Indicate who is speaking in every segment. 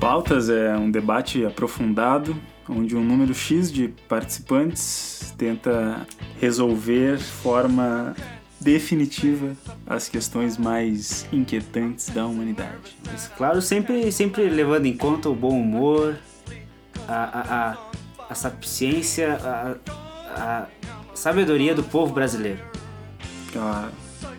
Speaker 1: Pautas é um debate aprofundado onde um número X de participantes tenta resolver de forma definitiva as questões mais inquietantes da humanidade.
Speaker 2: Mas, claro, sempre, sempre levando em conta o bom humor, a, a, a, a sapiência, a, a sabedoria do povo brasileiro.
Speaker 1: Ela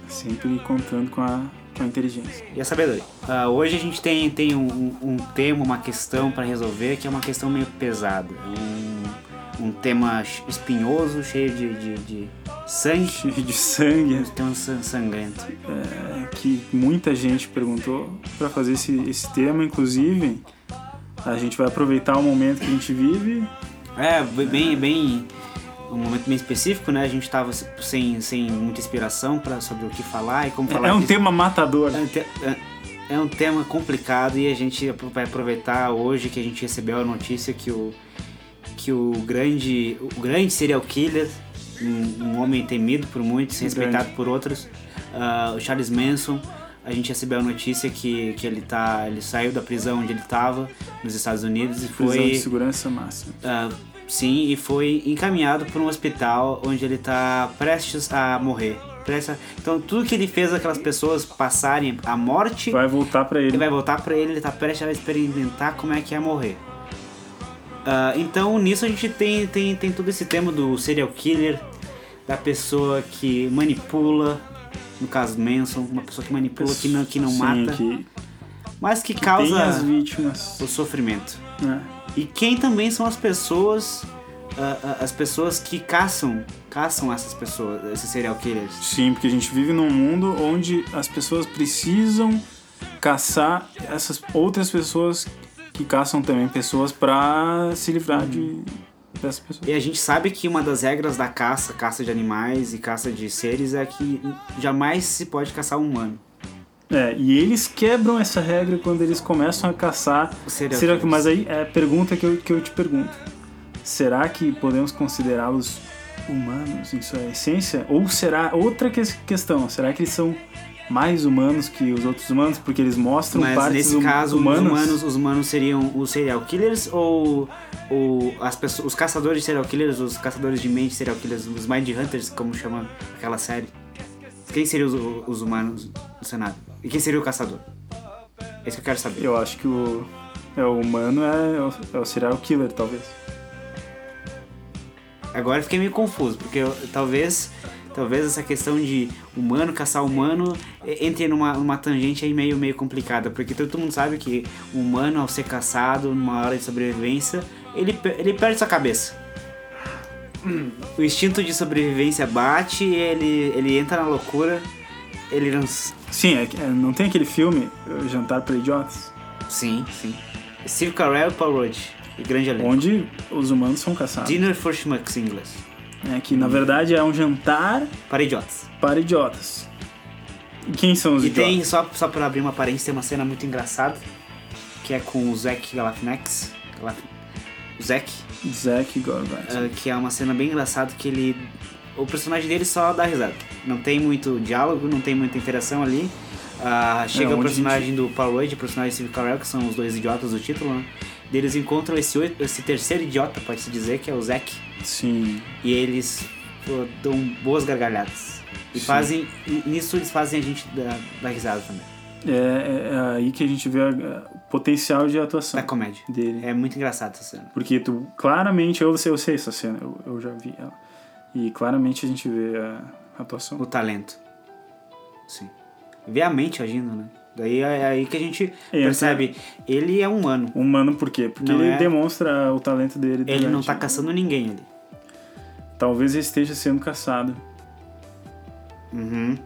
Speaker 1: sempre contando com a, com a inteligência.
Speaker 2: E a sabedoria. Ah, hoje a gente tem, tem um, um- um tema, uma questão para resolver que é uma questão meio pesada. É Um, um tema ch- espinhoso, cheio de, de, de sangue.
Speaker 1: Cheio de sangue,
Speaker 2: Tem um san- sangrento.
Speaker 1: é, que muita gente perguntou para fazer esse, esse tema, inclusive. A gente vai aproveitar o momento que a gente vive.
Speaker 2: É, b- bem, bem. Um momento bem específico, né? A gente tava s- sem, sem muita inspiração pra, sobre o que falar e como falar.
Speaker 1: É um
Speaker 2: disso.
Speaker 1: tema matador. né?
Speaker 2: É um te- é- é um tema complicado e a gente apro- vai aproveitar hoje que a gente recebeu a notícia que o, que o grande o grande serial killer, um, um homem temido por
Speaker 1: Um
Speaker 2: muitos, respeitado por outros, ah, o Charles Manson, a gente recebeu a notícia que, que ele, tá, ele saiu da prisão onde ele estava, nos Estados Unidos, e
Speaker 1: Prisão
Speaker 2: foi.
Speaker 1: de segurança máxima.
Speaker 2: Ah, sim, e foi encaminhado para um hospital onde ele tá prestes a morrer. Prestes a- Então, tudo que ele fez aquelas pessoas passarem a morte,
Speaker 1: Vai voltar para ele.
Speaker 2: ele vai voltar para ele, ele tá prestes a experimentar como é que é morrer. Ah, então, nisso a gente tem, tem, tem todo esse tema do serial killer, da pessoa que manipula, no caso Manson, uma pessoa que manipula, que não, que não
Speaker 1: Sim,
Speaker 2: mata,
Speaker 1: que
Speaker 2: mas que
Speaker 1: tem as
Speaker 2: causa É.
Speaker 1: vítimas.
Speaker 2: o sofrimento.
Speaker 1: né?
Speaker 2: E quem também são as pessoas ah, ah, as pessoas que caçam caçam essas pessoas, esses serial killers.
Speaker 1: Sim, porque a gente vive num mundo onde as pessoas precisam caçar essas outras pessoas que caçam também pessoas pra se livrar
Speaker 2: Uhum.
Speaker 1: de dessas pessoas.
Speaker 2: E a gente sabe que uma das regras da caça, caça de animais e caça de seres é que jamais se pode caçar um humano.
Speaker 1: É, e eles quebram essa regra quando eles começam a caçar.
Speaker 2: Serial
Speaker 1: Será que,
Speaker 2: killers.
Speaker 1: mas aí é a pergunta que eu, que eu te pergunto. Será que podemos considerá-los humanos em sua essência? Ou será outra que- questão? Será que eles são mais humanos que os outros humanos porque eles mostram
Speaker 2: Mas
Speaker 1: partes
Speaker 2: nesse
Speaker 1: hum-
Speaker 2: caso, os humanos, os humanos seriam os serial killers ou, ou as pessoas, os caçadores de serial killers, os caçadores de mente serial killers, os mind hunters, como chama aquela série? Quem seriam os, os humanos no cenário? E quem seria o caçador? É isso que eu quero saber.
Speaker 1: Eu acho que o, é, o humano é, o- é o serial killer, talvez.
Speaker 2: Agora eu fiquei meio confuso, porque eu- talvez talvez essa questão de humano caçar humano e- entre numa, numa tangente aí meio, meio complicada, porque todo mundo sabe que o humano, ao ser caçado numa hora de sobrevivência, ele, pe- ele perde sua cabeça. O instinto de sobrevivência bate, ele, ele entra na loucura, ele não.
Speaker 1: Sim, é, que- é, não tem aquele filme eh, Jantar para Idiotas?
Speaker 2: Sim, sim. Steve Carell e Paul Rudd, e grande elenco.
Speaker 1: Onde os humanos são caçados.
Speaker 2: Dinner for Schmucks em inglês.
Speaker 1: É, que na verdade é um jantar
Speaker 2: Para idiotas.
Speaker 1: para idiotas. E quem são os
Speaker 2: E
Speaker 1: idiotas?
Speaker 2: tem, só, só pra abrir uma parênteses, tem uma cena muito engraçada, que é com o Zack Galifianakis, Galaf... o Zack,
Speaker 1: Zack Gorgon.
Speaker 2: eh, que é uma cena bem engraçada que ele... O personagem dele só dá risada. Não tem muito diálogo, não tem muita interação ali. Ah, chega
Speaker 1: É,
Speaker 2: o
Speaker 1: onde
Speaker 2: personagem do Paul Rudd e o personagem do Steve Carell, que são os dois idiotas do título, né? Eles encontram esse, oito- esse terceiro idiota, pode-se dizer, que é o Zack
Speaker 1: Sim.
Speaker 2: e eles pô, dão boas gargalhadas. E
Speaker 1: Sim.
Speaker 2: fazem... e Nisso eles fazem a gente dar, dar risada também,
Speaker 1: É, é- é aí que a gente vê a- a- o potencial de atuação
Speaker 2: da comédia.
Speaker 1: dele.
Speaker 2: É muito engraçado essa cena.
Speaker 1: Porque tu claramente, eu sei, eu sei essa cena, eu, eu já vi ela. E claramente a gente vê a atuação.
Speaker 2: O talento. Sim. Vê a mente agindo, né? Daí é aí que a gente
Speaker 1: Entra.
Speaker 2: percebe. Ele é humano.
Speaker 1: Humano por quê? Porque
Speaker 2: Não
Speaker 1: ele
Speaker 2: é-
Speaker 1: demonstra o talento dele.
Speaker 2: Ele não
Speaker 1: durante-
Speaker 2: tá caçando ninguém ali.
Speaker 1: Talvez ele esteja sendo caçado
Speaker 2: Uhum.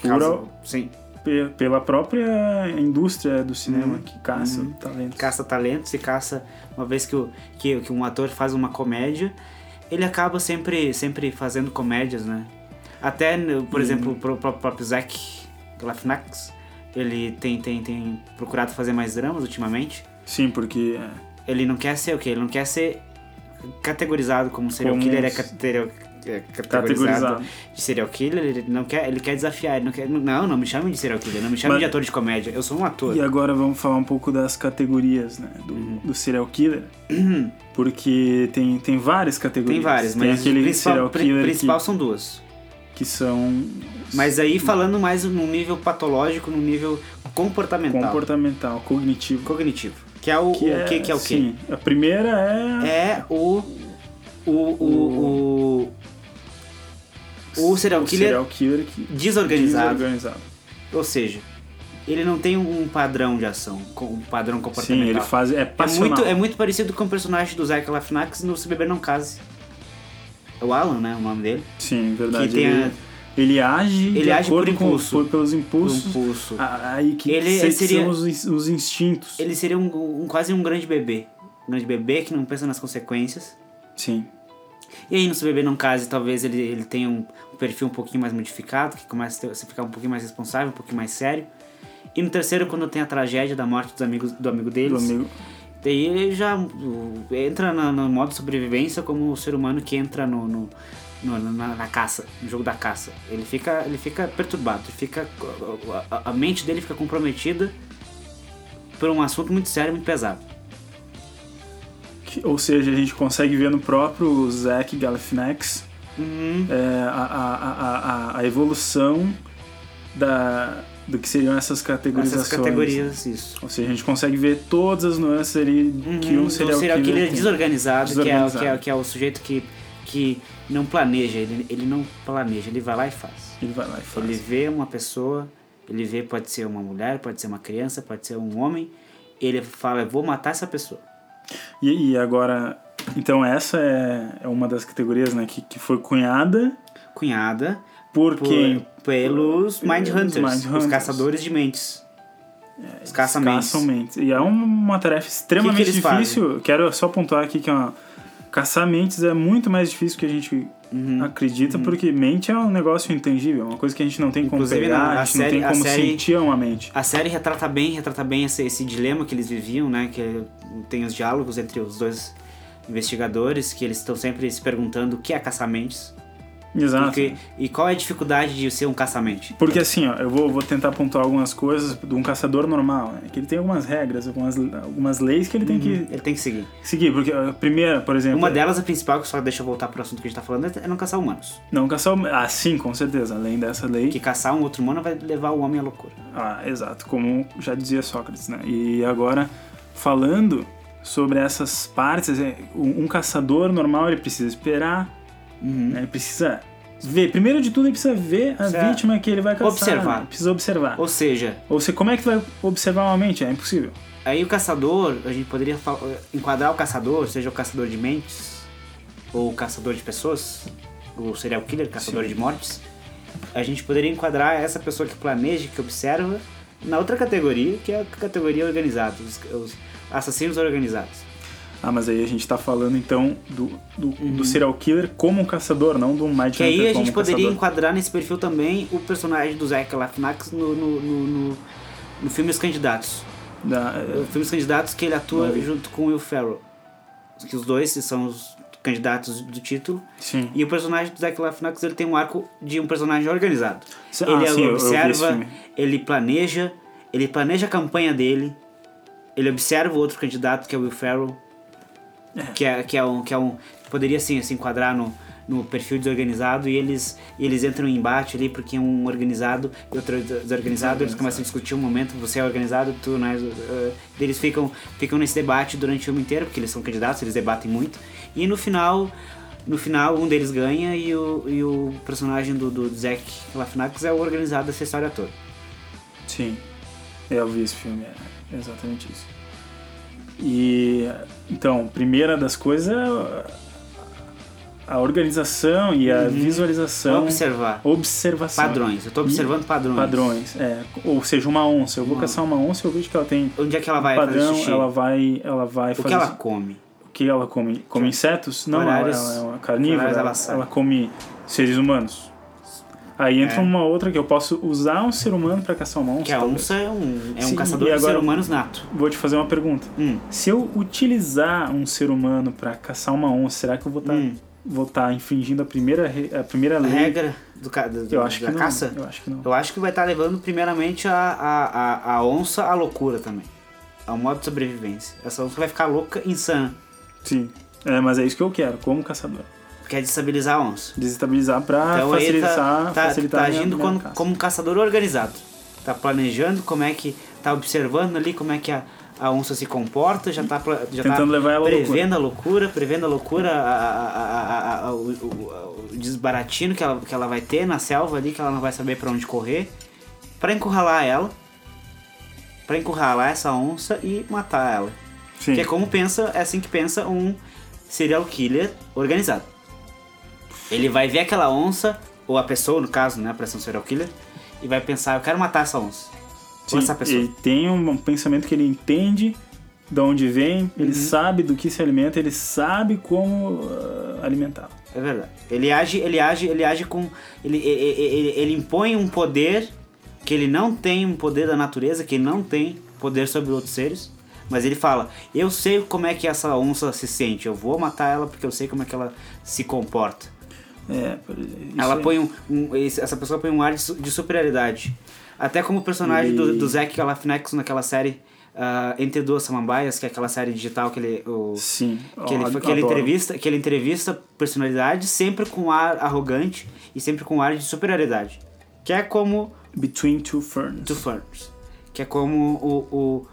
Speaker 1: Pura-
Speaker 2: Caça, sim.
Speaker 1: pe- pela própria indústria do cinema que caça talentos.
Speaker 2: Uhum. Caça talentos e caça. Uma vez que, o, que, que um ator faz uma comédia, ele acaba sempre, sempre fazendo comédias, né? Até, no- por exemplo, pro, pro próprio Zack Galifianakis, ele tem, tem, tem procurado fazer mais dramas ultimamente.
Speaker 1: Sim, porque é
Speaker 2: Ele não quer ser o quê? Ele não quer ser categorizado como serial
Speaker 1: Como
Speaker 2: killer é
Speaker 1: um-
Speaker 2: catero- é categorizado
Speaker 1: categorizado.
Speaker 2: de serial killer, ele não quer, ele quer desafiar, ele não quer, não, não me chamem de serial killer, não me chamem
Speaker 1: Mas-
Speaker 2: de ator de comédia, eu sou um ator.
Speaker 1: E agora vamos falar um pouco das categorias, né? Do,
Speaker 2: Uhum.
Speaker 1: do serial killer. Porque tem, tem várias categorias.
Speaker 2: Tem várias,
Speaker 1: tem
Speaker 2: mas
Speaker 1: aquele
Speaker 2: principal,
Speaker 1: serial
Speaker 2: pri-
Speaker 1: killer
Speaker 2: principal
Speaker 1: que,
Speaker 2: são duas.
Speaker 1: que são
Speaker 2: Mas aí falando mais num nível patológico, num nível comportamental,
Speaker 1: comportamental, cognitivo.
Speaker 2: cognitivo, que é o que o que, que é o quê?
Speaker 1: Sim, a primeira é,
Speaker 2: É o o o, o É o serial killer
Speaker 1: serial killer que-
Speaker 2: desorganizado,
Speaker 1: desorganizado.
Speaker 2: ou seja, ele não tem um padrão de ação, com- um padrão
Speaker 1: Sim,
Speaker 2: comportamental.
Speaker 1: ele faz. É
Speaker 2: É
Speaker 1: passional.
Speaker 2: muito, é muito parecido com o personagem do Zach Galifianakis no Se Beber Não Case. É o Alan, né? O nome dele.
Speaker 1: Sim, verdade.
Speaker 2: que tem
Speaker 1: ele,
Speaker 2: a-
Speaker 1: ele age de
Speaker 2: Ele age por
Speaker 1: acordo com-
Speaker 2: impulso.
Speaker 1: por- pelos impulsos.
Speaker 2: Impulso.
Speaker 1: Ah, Aí que
Speaker 2: Ele-
Speaker 1: sei
Speaker 2: ele
Speaker 1: que
Speaker 2: seria-
Speaker 1: são os, ins- os instintos.
Speaker 2: Ele seria um, um- quase um grande bebê. Um grande bebê que não pensa nas consequências.
Speaker 1: Sim.
Speaker 2: E aí no Se Beber Não Case, talvez ele, ele tenha um, um perfil um pouquinho mais modificado, que começa a ter- a ficar um pouquinho mais responsável, um pouquinho mais sério. E no terceiro, quando tem a tragédia da morte dos amigos, do amigo
Speaker 1: Do
Speaker 2: deles,
Speaker 1: amigo.
Speaker 2: Daí ele já uh, entra na- no, modo sobrevivência como o ser humano que entra no, no- no- na, na caça, no jogo da caça. Ele fica, ele fica perturbado, ele fica, a, a mente dele fica comprometida por um assunto muito sério, muito pesado.
Speaker 1: Que- ou seja, a gente consegue ver no próprio Zack Galifianakis
Speaker 2: Uhum.
Speaker 1: é, a, a, a, a, a evolução da, do que seriam essas categorizações.
Speaker 2: Essas categorias, isso.
Speaker 1: Ou seja, a gente consegue ver todas as nuances ali que
Speaker 2: Uhum,
Speaker 1: um serial,
Speaker 2: do serial killer,
Speaker 1: tem.
Speaker 2: desorganizado, que é o- Que, é,
Speaker 1: Desorganizado.
Speaker 2: que é o sujeito que, que não planeja, ele, ele não planeja, ele vai lá e faz.
Speaker 1: Ele vai lá e faz.
Speaker 2: Ele vê uma pessoa, ele vê, pode ser uma mulher, pode ser uma criança, pode ser um homem, ele fala, vou matar essa pessoa.
Speaker 1: E, e agora, então essa é, é uma das categorias né, que, que foi cunhada
Speaker 2: Cunhada,
Speaker 1: por,
Speaker 2: por-
Speaker 1: quem?
Speaker 2: pelos
Speaker 1: Pelos
Speaker 2: Mind Hunters,
Speaker 1: Mindhunters. É,
Speaker 2: os caçadores de mentes. Os caçamentos.
Speaker 1: Caçam mentes. E é uma tarefa extremamente
Speaker 2: eles
Speaker 1: difícil. Quero só pontuar aqui que é uma... caçar mentes é muito mais difícil que a gente
Speaker 2: Uhum.
Speaker 1: acredita, porque mente é um negócio intangível, é uma coisa que a gente não tem como
Speaker 2: Inclusive,
Speaker 1: pegar,
Speaker 2: na-
Speaker 1: a
Speaker 2: a
Speaker 1: gente
Speaker 2: série-
Speaker 1: não
Speaker 2: a
Speaker 1: tem como
Speaker 2: série-
Speaker 1: sentir uma mente.
Speaker 2: A série retrata bem, retrata bem esse, esse dilema que eles viviam, né? Que tem os diálogos entre os dois investigadores, que eles estão sempre se perguntando o que é caçamentes.
Speaker 1: Exato.
Speaker 2: Porque, e qual é a dificuldade de ser um caçamente?
Speaker 1: Porque assim, ó, eu vou, vou tentar pontuar algumas coisas de um caçador normal, né? Que ele tem algumas regras, algumas, algumas leis que ele tem que
Speaker 2: Ele tem que seguir.
Speaker 1: seguir. Porque a primeira, por exemplo,
Speaker 2: Uhum. Uma delas, a principal, que só deixa eu voltar pro assunto que a gente tá falando, é não caçar humanos.
Speaker 1: não caçar. Ah, sim, com certeza. Além dessa lei.
Speaker 2: Que caçar um outro humano vai levar o homem à loucura.
Speaker 1: Ah, exato, como já dizia Sócrates, né? E agora, falando sobre essas partes, é, um um caçador normal ele precisa esperar, né? ele precisa ver, primeiro de tudo ele precisa ver a
Speaker 2: Precisa
Speaker 1: vítima que ele vai caçar.
Speaker 2: observar.
Speaker 1: né? Precisa observar.
Speaker 2: Ou seja,
Speaker 1: Ou você, como é que tu vai observar uma mente? É impossível.
Speaker 2: aí o caçador, a gente poderia fa- enquadrar o caçador, seja o caçador de mentes, ou o caçador de pessoas, ou serial killer, caçador de mortes. A gente poderia enquadrar essa pessoa que planeja, que observa, na outra categoria, que é a categoria organizada, os, os assassinos organizados.
Speaker 1: Ah, mas aí a gente tá falando então do, do, do serial killer como um caçador, não do Mind
Speaker 2: Uhum. Que aí a
Speaker 1: como um
Speaker 2: gente poderia
Speaker 1: caçador.
Speaker 2: enquadrar nesse perfil também o personagem do Zach Galifianakis no, no, no, no, no filme Os Candidatos.
Speaker 1: Da- é,
Speaker 2: O filme Os Candidatos que ele atua junto com o Will Ferrell. Que os dois são os candidatos do título.
Speaker 1: sim.
Speaker 2: E o personagem do Zach Galifianakis ele tem um arco de um personagem organizado.
Speaker 1: Sim, ah,
Speaker 2: ele
Speaker 1: sim, eu- eu vi esse
Speaker 2: observa,
Speaker 1: filme.
Speaker 2: ele planeja, ele planeja a campanha dele. Ele observa o outro candidato que é o Will Ferrell. Que é, que é um... Que é um poderia sim, se enquadrar no, no perfil desorganizado. E eles, e eles entram em embate ali porque um organizado e outro desorganizado. Eles começam a discutir um momento, você é organizado, tu não é... eh, eles ficam, ficam nesse debate durante o filme inteiro, porque eles são candidatos, eles debatem muito. E no final... No final, um deles ganha e o, e o personagem do, do Zack Galifianakis é o organizado dessa história toda.
Speaker 1: Sim, eu vi esse filme, é exatamente isso. E então, primeira das coisas é a organização e a visualização,
Speaker 2: observar
Speaker 1: observação.
Speaker 2: padrões. Eu tô observando padrões.
Speaker 1: Padrões, é. Ou seja, uma onça. Eu vou caçar uma onça, eu vejo que ela tem
Speaker 2: Onde é que ela vai fazer
Speaker 1: padrão,
Speaker 2: xixi?
Speaker 1: ela vai, ela vai
Speaker 2: O
Speaker 1: fazer
Speaker 2: que ela come?
Speaker 1: o que ela come? Come insetos? Não, ela,
Speaker 2: Horários-
Speaker 1: ela é uma carnívora.
Speaker 2: horários
Speaker 1: Ela,
Speaker 2: ela sai.
Speaker 1: ela come seres humanos. Aí entra uma outra que eu posso usar um ser humano pra caçar um monstro.
Speaker 2: É. Que a
Speaker 1: talvez.
Speaker 2: onça é um, é um
Speaker 1: Sim,
Speaker 2: caçador
Speaker 1: e
Speaker 2: de
Speaker 1: agora-
Speaker 2: seres humanos nato.
Speaker 1: Vou te fazer uma pergunta.
Speaker 2: Hum.
Speaker 1: Se eu utilizar um ser humano pra caçar uma onça, será que eu vou estar
Speaker 2: Hum.
Speaker 1: vou tá infringindo a primeira, re- a primeira
Speaker 2: A
Speaker 1: lei?
Speaker 2: regra do, ca- do,
Speaker 1: Uhum. Eu acho
Speaker 2: da
Speaker 1: que não.
Speaker 2: caça?
Speaker 1: Eu acho que não.
Speaker 2: Eu acho que vai estar levando primeiramente a, a, a, a onça à loucura também. Ao modo de sobrevivência. Essa onça vai ficar louca, insana.
Speaker 1: Sim. É, mas é isso que eu quero, como caçador.
Speaker 2: Quer desestabilizar é a onça.
Speaker 1: Desestabilizar pra
Speaker 2: Então ele tá,
Speaker 1: facilitar,
Speaker 2: tá,
Speaker 1: facilitar
Speaker 2: tá
Speaker 1: a minha-
Speaker 2: agindo
Speaker 1: minha
Speaker 2: quando-
Speaker 1: caça.
Speaker 2: como um caçador organizado. Tá planejando como é que. Tá observando ali como é que a, a onça se comporta, já tá, pla- já tá
Speaker 1: Tentando levar ela à loucura.
Speaker 2: prevendo a loucura, prevendo a loucura, a- a- a- a- a- o, o- o desbaratino que ela, que ela vai ter na selva ali, que ela não vai saber pra onde correr, pra encurralar ela, pra encurralar essa onça e matar ela.
Speaker 1: Sim.
Speaker 2: Que é como pensa, é assim que pensa um serial killer organizado. Ele vai ver aquela onça, ou a pessoa, no caso, né, pra ser um serial killer, e vai pensar, eu quero matar essa onça.
Speaker 1: Sim,
Speaker 2: ou essa pessoa.
Speaker 1: Ele tem um pensamento que ele entende de onde vem,
Speaker 2: Uhum.
Speaker 1: ele sabe do que se alimenta, ele sabe como ah, alimentar.
Speaker 2: É verdade. Ele age, ele age, ele age com. Ele, ele, ele, ele impõe um poder que ele não tem, um poder da natureza, que ele não tem poder sobre outros seres. Mas ele fala, eu sei como é que essa onça se sente, eu vou matar ela porque eu sei como é que ela se comporta.
Speaker 1: É, por- isso
Speaker 2: Ela
Speaker 1: aí.
Speaker 2: põe um, um- esse- Essa pessoa põe um ar de, su- de superioridade. Até como o personagem do,
Speaker 1: E-
Speaker 2: do Zack Galifianakis naquela série ah, Entre Duas Samambaias, que é aquela série digital que ele... o-
Speaker 1: Sim.
Speaker 2: que ele,
Speaker 1: Ó,
Speaker 2: que, ele
Speaker 1: adoro.
Speaker 2: entrevista, que ele entrevista personalidades sempre com um ar arrogante e sempre com um ar de superioridade. Que é como
Speaker 1: Between Two Ferns.
Speaker 2: Two Ferns. Que é como o, o,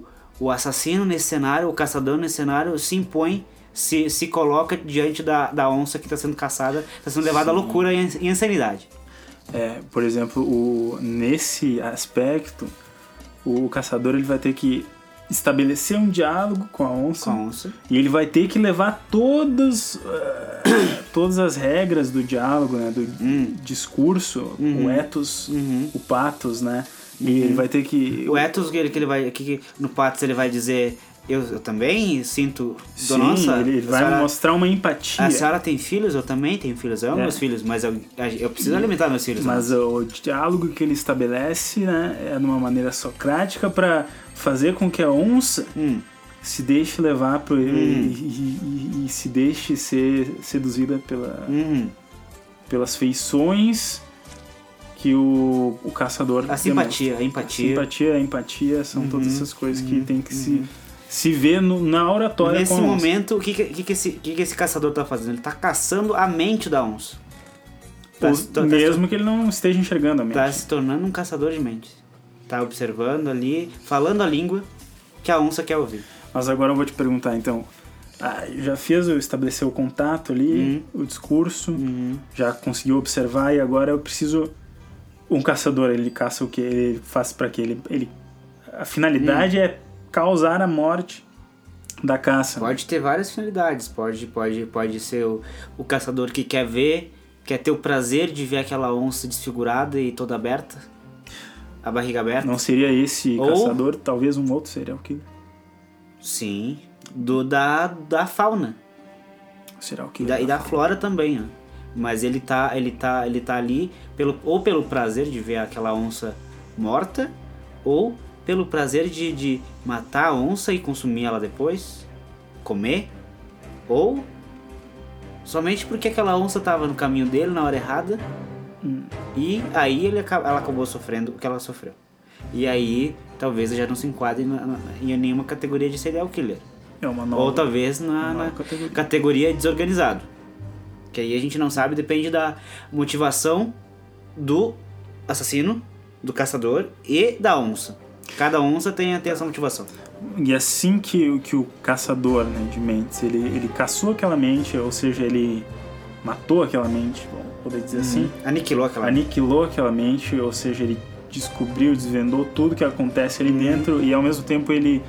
Speaker 2: o, o assassino nesse cenário, o caçador nesse cenário, se impõe, se, se coloca diante da, da onça que está sendo caçada, está sendo levada à loucura e ins- e insanidade.
Speaker 1: É, por exemplo, o, nesse aspecto, o caçador ele vai ter que estabelecer um diálogo com a onça
Speaker 2: Com a onça.
Speaker 1: e ele vai ter que levar todas eh, todas as regras do diálogo, né, do
Speaker 2: Hum.
Speaker 1: discurso, o
Speaker 2: Uhum.
Speaker 1: ethos, o patos, né? E ele vai ter que
Speaker 2: O Ethos, que ele, que ele vai. Que, que no Patos ele vai dizer. Eu, eu também sinto.
Speaker 1: Sim,
Speaker 2: nossa,
Speaker 1: ele
Speaker 2: a
Speaker 1: vai
Speaker 2: senhora-
Speaker 1: mostrar uma empatia.
Speaker 2: A senhora tem filhos? Eu também tenho filhos. Eu amo
Speaker 1: É. Hum.
Speaker 2: meus filhos, mas eu, eu preciso alimentar meus filhos. né?"
Speaker 1: Mas o diálogo que ele estabelece, né, é de uma maneira socrática para fazer com que a onça
Speaker 2: Hum.
Speaker 1: se deixe levar por ele e, e- e- e se deixe ser seduzida pela,
Speaker 2: Hum,
Speaker 1: pelas feições que o, o caçador
Speaker 2: a simpatia, Uhum. a empatia.
Speaker 1: demonstra. Simpatia, empatia, são todas essas coisas que tem que se, se ver no- na oratória
Speaker 2: Uhum. Nesse
Speaker 1: com a onça.
Speaker 2: momento, o que, que, que que esse, o que, que esse caçador tá fazendo? Ele tá caçando a mente da onça. Tá,
Speaker 1: Ou-
Speaker 2: se to- tá se-
Speaker 1: mesmo que ele não esteja enxergando a mente.
Speaker 2: tá se tornando um caçador de mentes. Tá observando ali, falando a língua que a onça quer ouvir.
Speaker 1: Mas agora eu vou te perguntar, então. ah, já fez eu estabelecer o contato ali,
Speaker 2: Uhum.
Speaker 1: o discurso, já conseguiu observar e agora eu preciso. Um caçador, ele caça o que? Ele faz pra quê? Ele, ele- a finalidade é causar a morte da caça.
Speaker 2: Pode ter várias finalidades. Pode, pode, pode ser o, o caçador que quer ver, quer ter o prazer de ver aquela onça desfigurada e toda aberta. A barriga aberta.
Speaker 1: Não seria esse
Speaker 2: Ou-
Speaker 1: caçador, talvez um outro serial killer.
Speaker 2: Sim. Do, da, da fauna.
Speaker 1: Serial
Speaker 2: E
Speaker 1: killer.
Speaker 2: da, e da flora também, ó. Mas ele tá, ele tá, ele tá ali pelo, ou pelo prazer de ver aquela onça morta, ou pelo prazer de, de matar a onça e consumir ela depois, comer, ou somente porque aquela onça tava no caminho dele na hora errada, e aí ele, aca- ela acabou sofrendo o que ela sofreu. E aí talvez já não se enquadre na- na- em nenhuma categoria de serial killer.
Speaker 1: É uma nova.
Speaker 2: Ou talvez na,
Speaker 1: nova
Speaker 2: na
Speaker 1: categoria.
Speaker 2: categoria. é desorganizado. Que aí a gente não sabe, depende da motivação do assassino, do caçador e da onça. Cada onça tem, tem essa motivação.
Speaker 1: E assim que, que o caçador né, de mentes, ele, ele caçou aquela mente, ou seja, ele matou aquela mente, vamos poder dizer assim.
Speaker 2: Aniquilou aquela.
Speaker 1: aniquilou aquela mente, ou seja, ele descobriu, desvendou tudo que acontece ali
Speaker 2: Uhum.
Speaker 1: dentro e ao mesmo tempo ele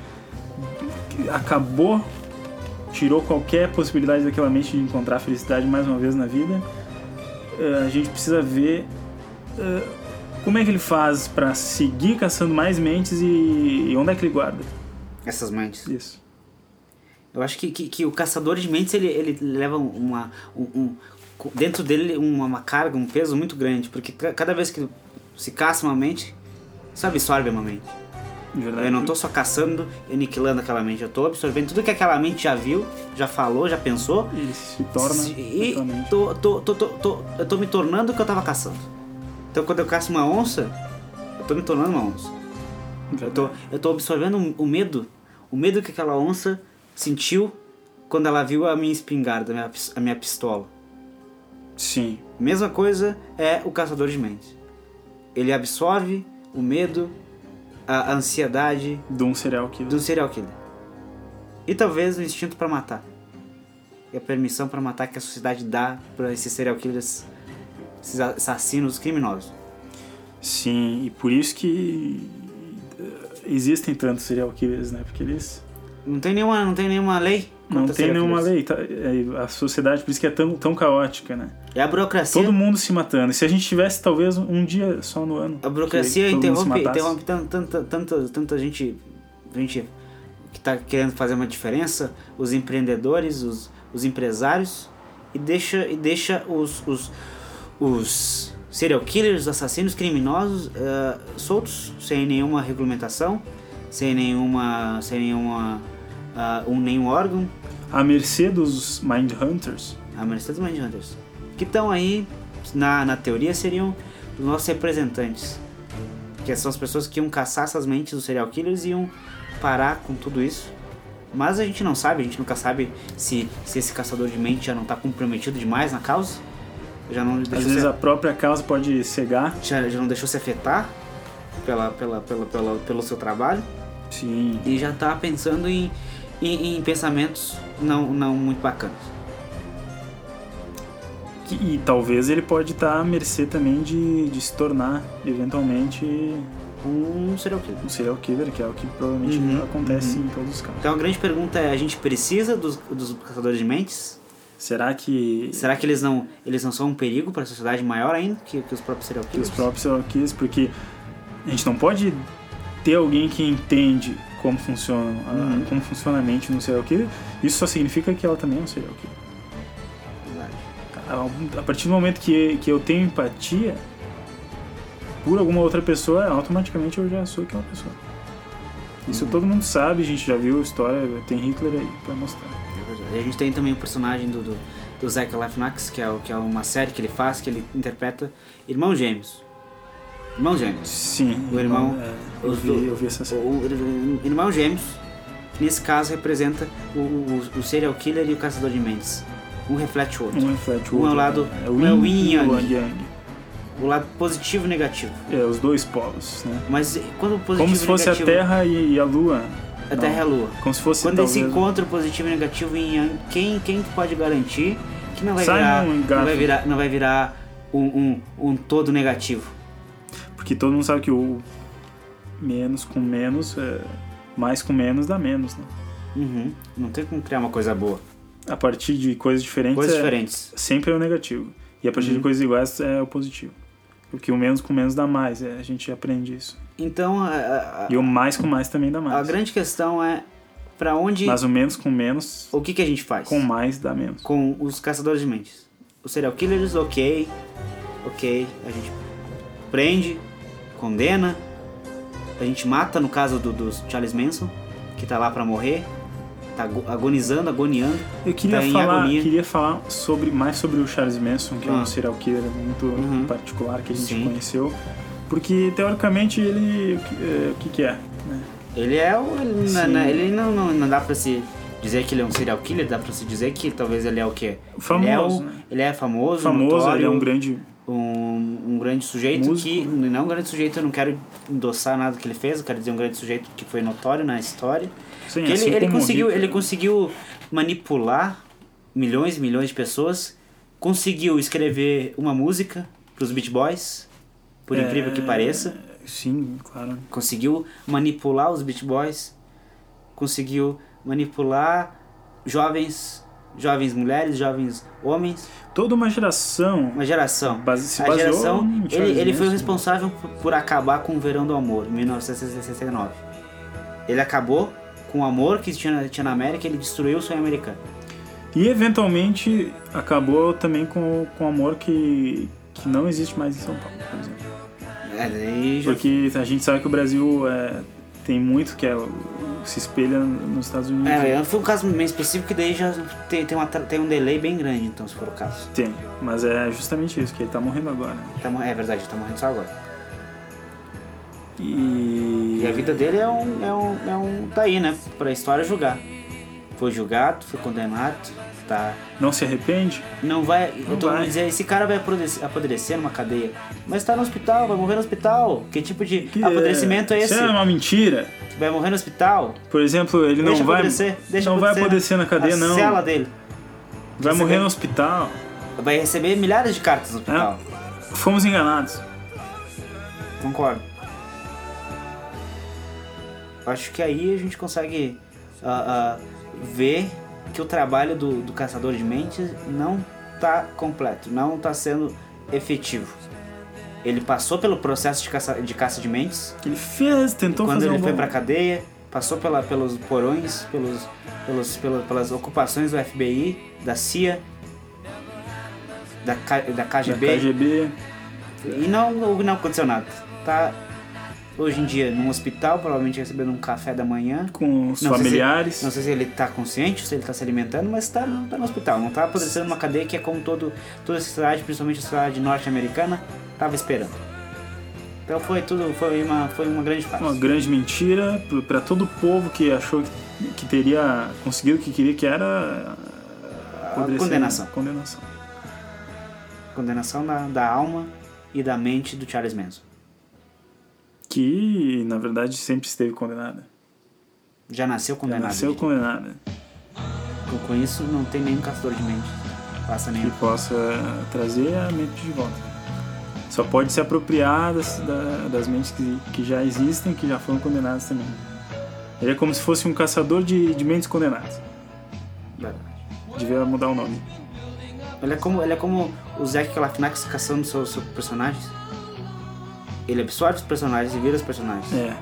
Speaker 1: acabou, tirou qualquer possibilidade daquela mente de encontrar felicidade mais uma vez na vida. Eh, a gente precisa ver eh, como é que ele faz pra seguir caçando mais mentes e, e onde é que ele guarda
Speaker 2: Essas mentes.
Speaker 1: isso.
Speaker 2: Eu acho que, que, que o caçador de mentes ele, ele leva uma, um, um- co- dentro dele uma, uma carga, um peso muito grande, porque ca- cada vez que se caça uma mente, você absorve uma mente.
Speaker 1: de verdade.
Speaker 2: Eu não tô só caçando e aniquilando aquela mente, eu tô absorvendo tudo que aquela mente já viu, já falou, já pensou.
Speaker 1: E se torna
Speaker 2: se- e
Speaker 1: totalmente.
Speaker 2: tô, tô, tô, tô, tô- eu tô me tornando o que eu tava caçando. Então quando eu caço uma onça, eu tô me tornando uma onça. Eu tô, eu tô absorvendo um, o- o medo. O medo que aquela onça sentiu quando ela viu a minha espingarda, a minha, pis- a minha pistola.
Speaker 1: Sim.
Speaker 2: Mesma coisa é o caçador de mentes. Ele absorve o medo, a a ansiedade
Speaker 1: De um serial killer.
Speaker 2: do serial killer. E talvez o instinto pra matar. E a permissão pra matar que a sociedade dá pra esses serial killers, esses a- assassinos criminosos.
Speaker 1: Sim, e por isso que eh, existem tantos serial killers, né? Porque eles
Speaker 2: Não tem nenhuma, não tem nenhuma lei.
Speaker 1: não
Speaker 2: contra
Speaker 1: tem
Speaker 2: serial
Speaker 1: nenhuma
Speaker 2: killers.
Speaker 1: lei. tá? É, A sociedade, por isso que é tão, tão caótica, né?
Speaker 2: É a burocracia.
Speaker 1: Todo mundo se matando. E se a gente tivesse, talvez, um dia só no ano.
Speaker 2: A burocracia
Speaker 1: que todo mundo se
Speaker 2: interrompe,
Speaker 1: matasse?
Speaker 2: interrompe tan- tanta, tanta, tanta gente, gente que está querendo fazer uma diferença, os empreendedores, os, os empresários, e deixa, e deixa os, os, os serial killers, os assassinos criminosos eh, soltos, sem nenhuma regulamentação, sem nenhuma, sem nenhuma, ah, um, nenhum órgão,
Speaker 1: À mercê dos Mind Hunters.
Speaker 2: a mercê dos Mindhunters, que estão aí, na, na teoria, seriam os nossos representantes. Que são as pessoas que iam caçar essas mentes dos serial killers e iam parar com tudo isso. Mas a gente não sabe, a gente nunca sabe se, se esse caçador de mente já não tá comprometido demais na causa. Já não
Speaker 1: Às
Speaker 2: deixou,
Speaker 1: vezes
Speaker 2: se,
Speaker 1: a própria causa pode cegar.
Speaker 2: já, já não deixou se afetar pela, pela, pela, pela, pelo seu trabalho
Speaker 1: Sim.
Speaker 2: e já tá pensando em, em, em pensamentos não, não muito bacanas.
Speaker 1: Que- E talvez ele pode estar à mercê também de, de se tornar, eventualmente,
Speaker 2: Um serial killer.
Speaker 1: um serial killer, que é o que provavelmente
Speaker 2: Uhum,
Speaker 1: acontece em todos os casos.
Speaker 2: Então a grande pergunta é, a gente precisa dos, dos caçadores de mentes?
Speaker 1: Será que
Speaker 2: Será que eles não, eles não são um perigo para a sociedade maior ainda que, que os próprios serial
Speaker 1: que os
Speaker 2: killers?
Speaker 1: próprios serial killers, porque a gente não pode ter alguém que entende como funciona, a-
Speaker 2: Uhum.
Speaker 1: como funciona a mente no serial killer, isso só significa que ela também é um serial killer.
Speaker 2: Verdade.
Speaker 1: A- A partir do momento que, que eu tenho empatia por alguma outra pessoa, automaticamente eu já sou aquela pessoa.
Speaker 2: Uhum.
Speaker 1: Isso todo mundo sabe, a gente já viu a história, tem Hitler aí pra mostrar.
Speaker 2: É verdade. E a gente tem também o personagem do, do, do Zach Lifnax, que é, o- que é uma série que ele faz, que ele interpreta irmãos gêmeos. Irmãos gêmeos.
Speaker 1: Sim,
Speaker 2: O irmão-
Speaker 1: é, eu,
Speaker 2: os
Speaker 1: vi,
Speaker 2: do-
Speaker 1: eu vi essa
Speaker 2: O,
Speaker 1: série.
Speaker 2: o, irmãos gêmeos, que nesse caso representa o, o, o serial killer e o caçador de mentes. Um reflete o outro.
Speaker 1: Um reflete o
Speaker 2: Um é o
Speaker 1: outro.
Speaker 2: lado-
Speaker 1: né?
Speaker 2: um é o
Speaker 1: yin e
Speaker 2: yin
Speaker 1: o
Speaker 2: e
Speaker 1: yang.
Speaker 2: O lado positivo e negativo.
Speaker 1: É, os dois polos, né?
Speaker 2: Mas quando o positivo
Speaker 1: Como se
Speaker 2: e
Speaker 1: fosse
Speaker 2: negativo,
Speaker 1: a Terra e, e a Lua.
Speaker 2: A Terra é a Lua.
Speaker 1: Como se fosse
Speaker 2: Quando
Speaker 1: talvez...
Speaker 2: esse encontro positivo e negativo em Yang, quem, quem que pode garantir que não vai
Speaker 1: Simon
Speaker 2: virar,
Speaker 1: Garfunkel.
Speaker 2: não vai virar, não vai virar um, um, um todo negativo?
Speaker 1: Porque todo mundo sabe que o menos com menos, é, mais com menos dá menos, né?
Speaker 2: Uhum. Não tem como criar uma coisa boa.
Speaker 1: A partir de coisas diferentes,
Speaker 2: Coisas
Speaker 1: é-
Speaker 2: diferentes. Uhum.
Speaker 1: sempre é o negativo. E a partir de coisas iguais é o positivo. Porque o menos com menos dá mais, é, a gente aprende isso.
Speaker 2: Então, a, a- a-
Speaker 1: E o mais com mais também dá
Speaker 2: a
Speaker 1: mais.
Speaker 2: grande questão é pra onde,
Speaker 1: Mas o menos com menos,
Speaker 2: o que, que a gente faz
Speaker 1: com mais dá menos.
Speaker 2: com os caçadores de mentes? Os serial killers, ok, ok, a gente prende, condena, a gente mata no caso do, do Charles Manson, que tá lá pra morrer, tá ago- agonizando, agoniando.
Speaker 1: Eu queria
Speaker 2: Tá em
Speaker 1: falar,
Speaker 2: agonia.
Speaker 1: queria falar sobre mais sobre o Charles Manson, que é
Speaker 2: Ah.
Speaker 1: um serial killer muito
Speaker 2: Uhum.
Speaker 1: particular que a gente
Speaker 2: Sim.
Speaker 1: conheceu, porque teoricamente ele é, o que, que é? né?
Speaker 2: Ele é o. Ele, na-
Speaker 1: Sim.
Speaker 2: na- ele não, não, não dá pra se dizer que ele é um serial killer, dá pra se dizer que talvez ele é o quê?
Speaker 1: Famoso,
Speaker 2: ele é, o-
Speaker 1: né?
Speaker 2: ele é famoso,
Speaker 1: Famoso,
Speaker 2: notório,
Speaker 1: ele é um grande
Speaker 2: um, um grande sujeito
Speaker 1: Músico, né?
Speaker 2: que. Não um grande sujeito, eu não quero endossar nada que ele fez, eu quero dizer um grande sujeito que foi notório na história.
Speaker 1: Sim,
Speaker 2: que
Speaker 1: assim
Speaker 2: ele, ele
Speaker 1: como o
Speaker 2: conseguiu,
Speaker 1: Hitler.
Speaker 2: ele conseguiu manipular milhões e milhões de pessoas, conseguiu escrever uma música pros Beat Boys, por incrível que
Speaker 1: é,
Speaker 2: pareça
Speaker 1: Sim, claro.
Speaker 2: conseguiu manipular os Beat Boys, conseguiu manipular jovens, jovens mulheres, jovens homens,
Speaker 1: Toda uma geração
Speaker 2: uma geração.
Speaker 1: base, se
Speaker 2: A
Speaker 1: baseou
Speaker 2: geração,
Speaker 1: em Charles
Speaker 2: ele, ele foi o
Speaker 1: Manson.
Speaker 2: responsável por- por acabar com o Verão do Amor, em 1969. Ele acabou com o amor que tinha, tinha na América, ele destruiu o sonho americano.
Speaker 1: E eventualmente acabou também com, com amor que, que não existe mais em São Paulo, por exemplo.
Speaker 2: É, daí já-
Speaker 1: Porque a gente sabe que o Brasil é, tem muito que é, se espelha nos Estados Unidos.
Speaker 2: É, foi um caso bem específico que daí já tem, tem, uma tra- tem um delay bem grande, então, se for o caso.
Speaker 1: Tem, mas é justamente isso, que ele tá morrendo agora.
Speaker 2: Tá mo- é verdade, tá morrendo só agora.
Speaker 1: E.
Speaker 2: E a vida dele é um, é um, é um. Tá aí, né? Pra história julgar. Foi julgado, foi condenado, tá.
Speaker 1: Não se arrepende?
Speaker 2: Não vai.
Speaker 1: Não
Speaker 2: eu tô
Speaker 1: vai.
Speaker 2: vai. dizer, esse cara vai apodrecer, apodrecer numa cadeia. Mas tá no hospital, vai morrer no hospital. Que tipo de
Speaker 1: Que
Speaker 2: apodrecimento é, esse?
Speaker 1: Isso é uma mentira.
Speaker 2: Vai morrer no hospital?
Speaker 1: Por exemplo, ele
Speaker 2: deixa
Speaker 1: não vai.
Speaker 2: apodrecer, deixa
Speaker 1: não vai apodrecer
Speaker 2: apodrecer
Speaker 1: na cadeia,
Speaker 2: a
Speaker 1: não.
Speaker 2: cela dele.
Speaker 1: Vai
Speaker 2: Você
Speaker 1: morrer
Speaker 2: vê-
Speaker 1: no hospital.
Speaker 2: Vai receber milhares de cartas no
Speaker 1: né?
Speaker 2: hospital.
Speaker 1: Fomos enganados.
Speaker 2: Concordo. Acho que aí a gente consegue ah, ah, ver que o trabalho do, do caçador de mentes não tá completo, não tá sendo efetivo. Ele passou pelo processo de caça de, caça de mentes,
Speaker 1: Ele fez, tentou
Speaker 2: quando
Speaker 1: fazer
Speaker 2: ele
Speaker 1: um
Speaker 2: foi
Speaker 1: bom-
Speaker 2: pra cadeia, passou pela, pelos porões, pelos, pelos, pela- pelas ocupações do FBI, da CIA, da, K-
Speaker 1: da
Speaker 2: da KGB,
Speaker 1: KGB.
Speaker 2: e não, não aconteceu nada. Tá hoje em dia num hospital, provavelmente recebendo um café da manhã.
Speaker 1: com os
Speaker 2: Não sei se-
Speaker 1: familiares.
Speaker 2: Não sei se ele tá consciente, ou se ele tá se alimentando, mas tá, no- tá no hospital. Não tá apodrecendo numa cadeia que é como todo, toda a sociedade, principalmente a sociedade norte-americana, tava esperando. Então foi tudo, foi uma, foi uma grande farsa.
Speaker 1: Uma grande mentira para todo o povo que achou que, que teria conseguido o que queria, que era apodrecer,
Speaker 2: condenação.
Speaker 1: né? Condenação.
Speaker 2: Condenação da, da alma e da mente do Charles Manson.
Speaker 1: Que, na verdade, sempre esteve condenada.
Speaker 2: Já nasceu
Speaker 1: Ela
Speaker 2: condenado.
Speaker 1: Nasceu condenada.
Speaker 2: Com- Com isso não tem nenhum caçador de mente. Passa
Speaker 1: Que
Speaker 2: nenhum.
Speaker 1: possa trazer a mente de volta. Só pode se apropriar das, da- das mentes que, que já existem, que já foram condenadas também. Ele é como se fosse um caçador de, de mentes condenadas. Devia mudar o nome.
Speaker 2: Ele é como, ele é como o Zack Galifianakis caçando seus, seus personagens. Ele absorve os personagens e vira os personagens.
Speaker 1: É, é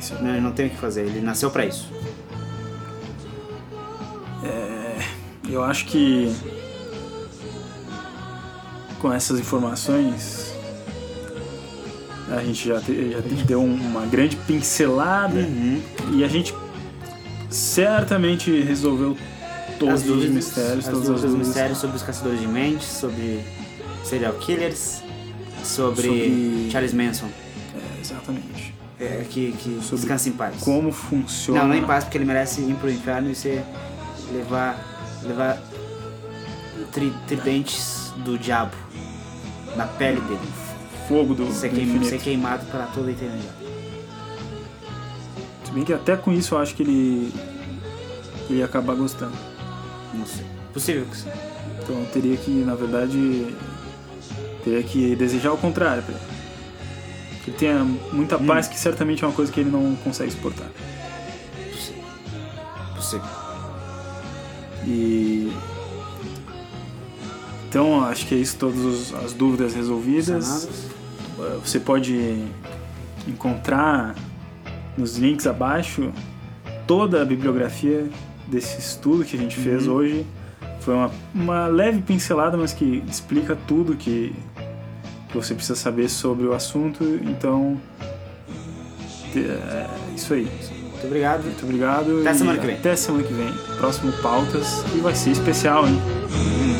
Speaker 1: isso aí.
Speaker 2: Não, ele não tem o que fazer, ele nasceu pra isso.
Speaker 1: Eu acho que com essas informações a gente já, te- já te deu um, uma grande pincelada
Speaker 2: É.
Speaker 1: e a gente certamente resolveu todos os mistérios, todas
Speaker 2: as dúvidas,
Speaker 1: as
Speaker 2: os
Speaker 1: dúvidas
Speaker 2: mistérios sobre os caçadores de mentes, sobre serial killers, sobre,
Speaker 1: Sobre-
Speaker 2: Charles Manson.
Speaker 1: É, exatamente.
Speaker 2: É, que que
Speaker 1: Sobre
Speaker 2: descansa em paz.
Speaker 1: Como funciona?
Speaker 2: Não, não em paz, porque ele merece ir pro inferno e ser. levar. levar. Tri, tridentes do diabo na pele dele.
Speaker 1: Fogo do,
Speaker 2: ser,
Speaker 1: do
Speaker 2: queim-
Speaker 1: infinito.
Speaker 2: ser queimado para toda a eternidade.
Speaker 1: Se bem que até com isso eu acho que ele ele ia acabar gostando.
Speaker 2: Não sei. Possível que sim.
Speaker 1: Então eu teria que, na verdade, teria que desejar o contrário pra ele. Que ele tenha muita paz, que certamente é uma coisa que ele não consegue exportar.
Speaker 2: Possível. Possível.
Speaker 1: E. Então acho que é isso, todas os- as dúvidas resolvidas.
Speaker 2: Sanados.
Speaker 1: Eh, Você pode encontrar nos links abaixo toda a bibliografia desse estudo que a gente
Speaker 2: Uhum.
Speaker 1: fez hoje. Foi uma, uma leve pincelada, mas que explica tudo que, que você precisa saber sobre o assunto. Então, te- é isso aí.
Speaker 2: Muito obrigado.
Speaker 1: Muito obrigado.
Speaker 2: Até
Speaker 1: e
Speaker 2: semana que vem.
Speaker 1: Até semana que vem. Próximo Pautas, que vai ser especial, hein?
Speaker 2: Hum.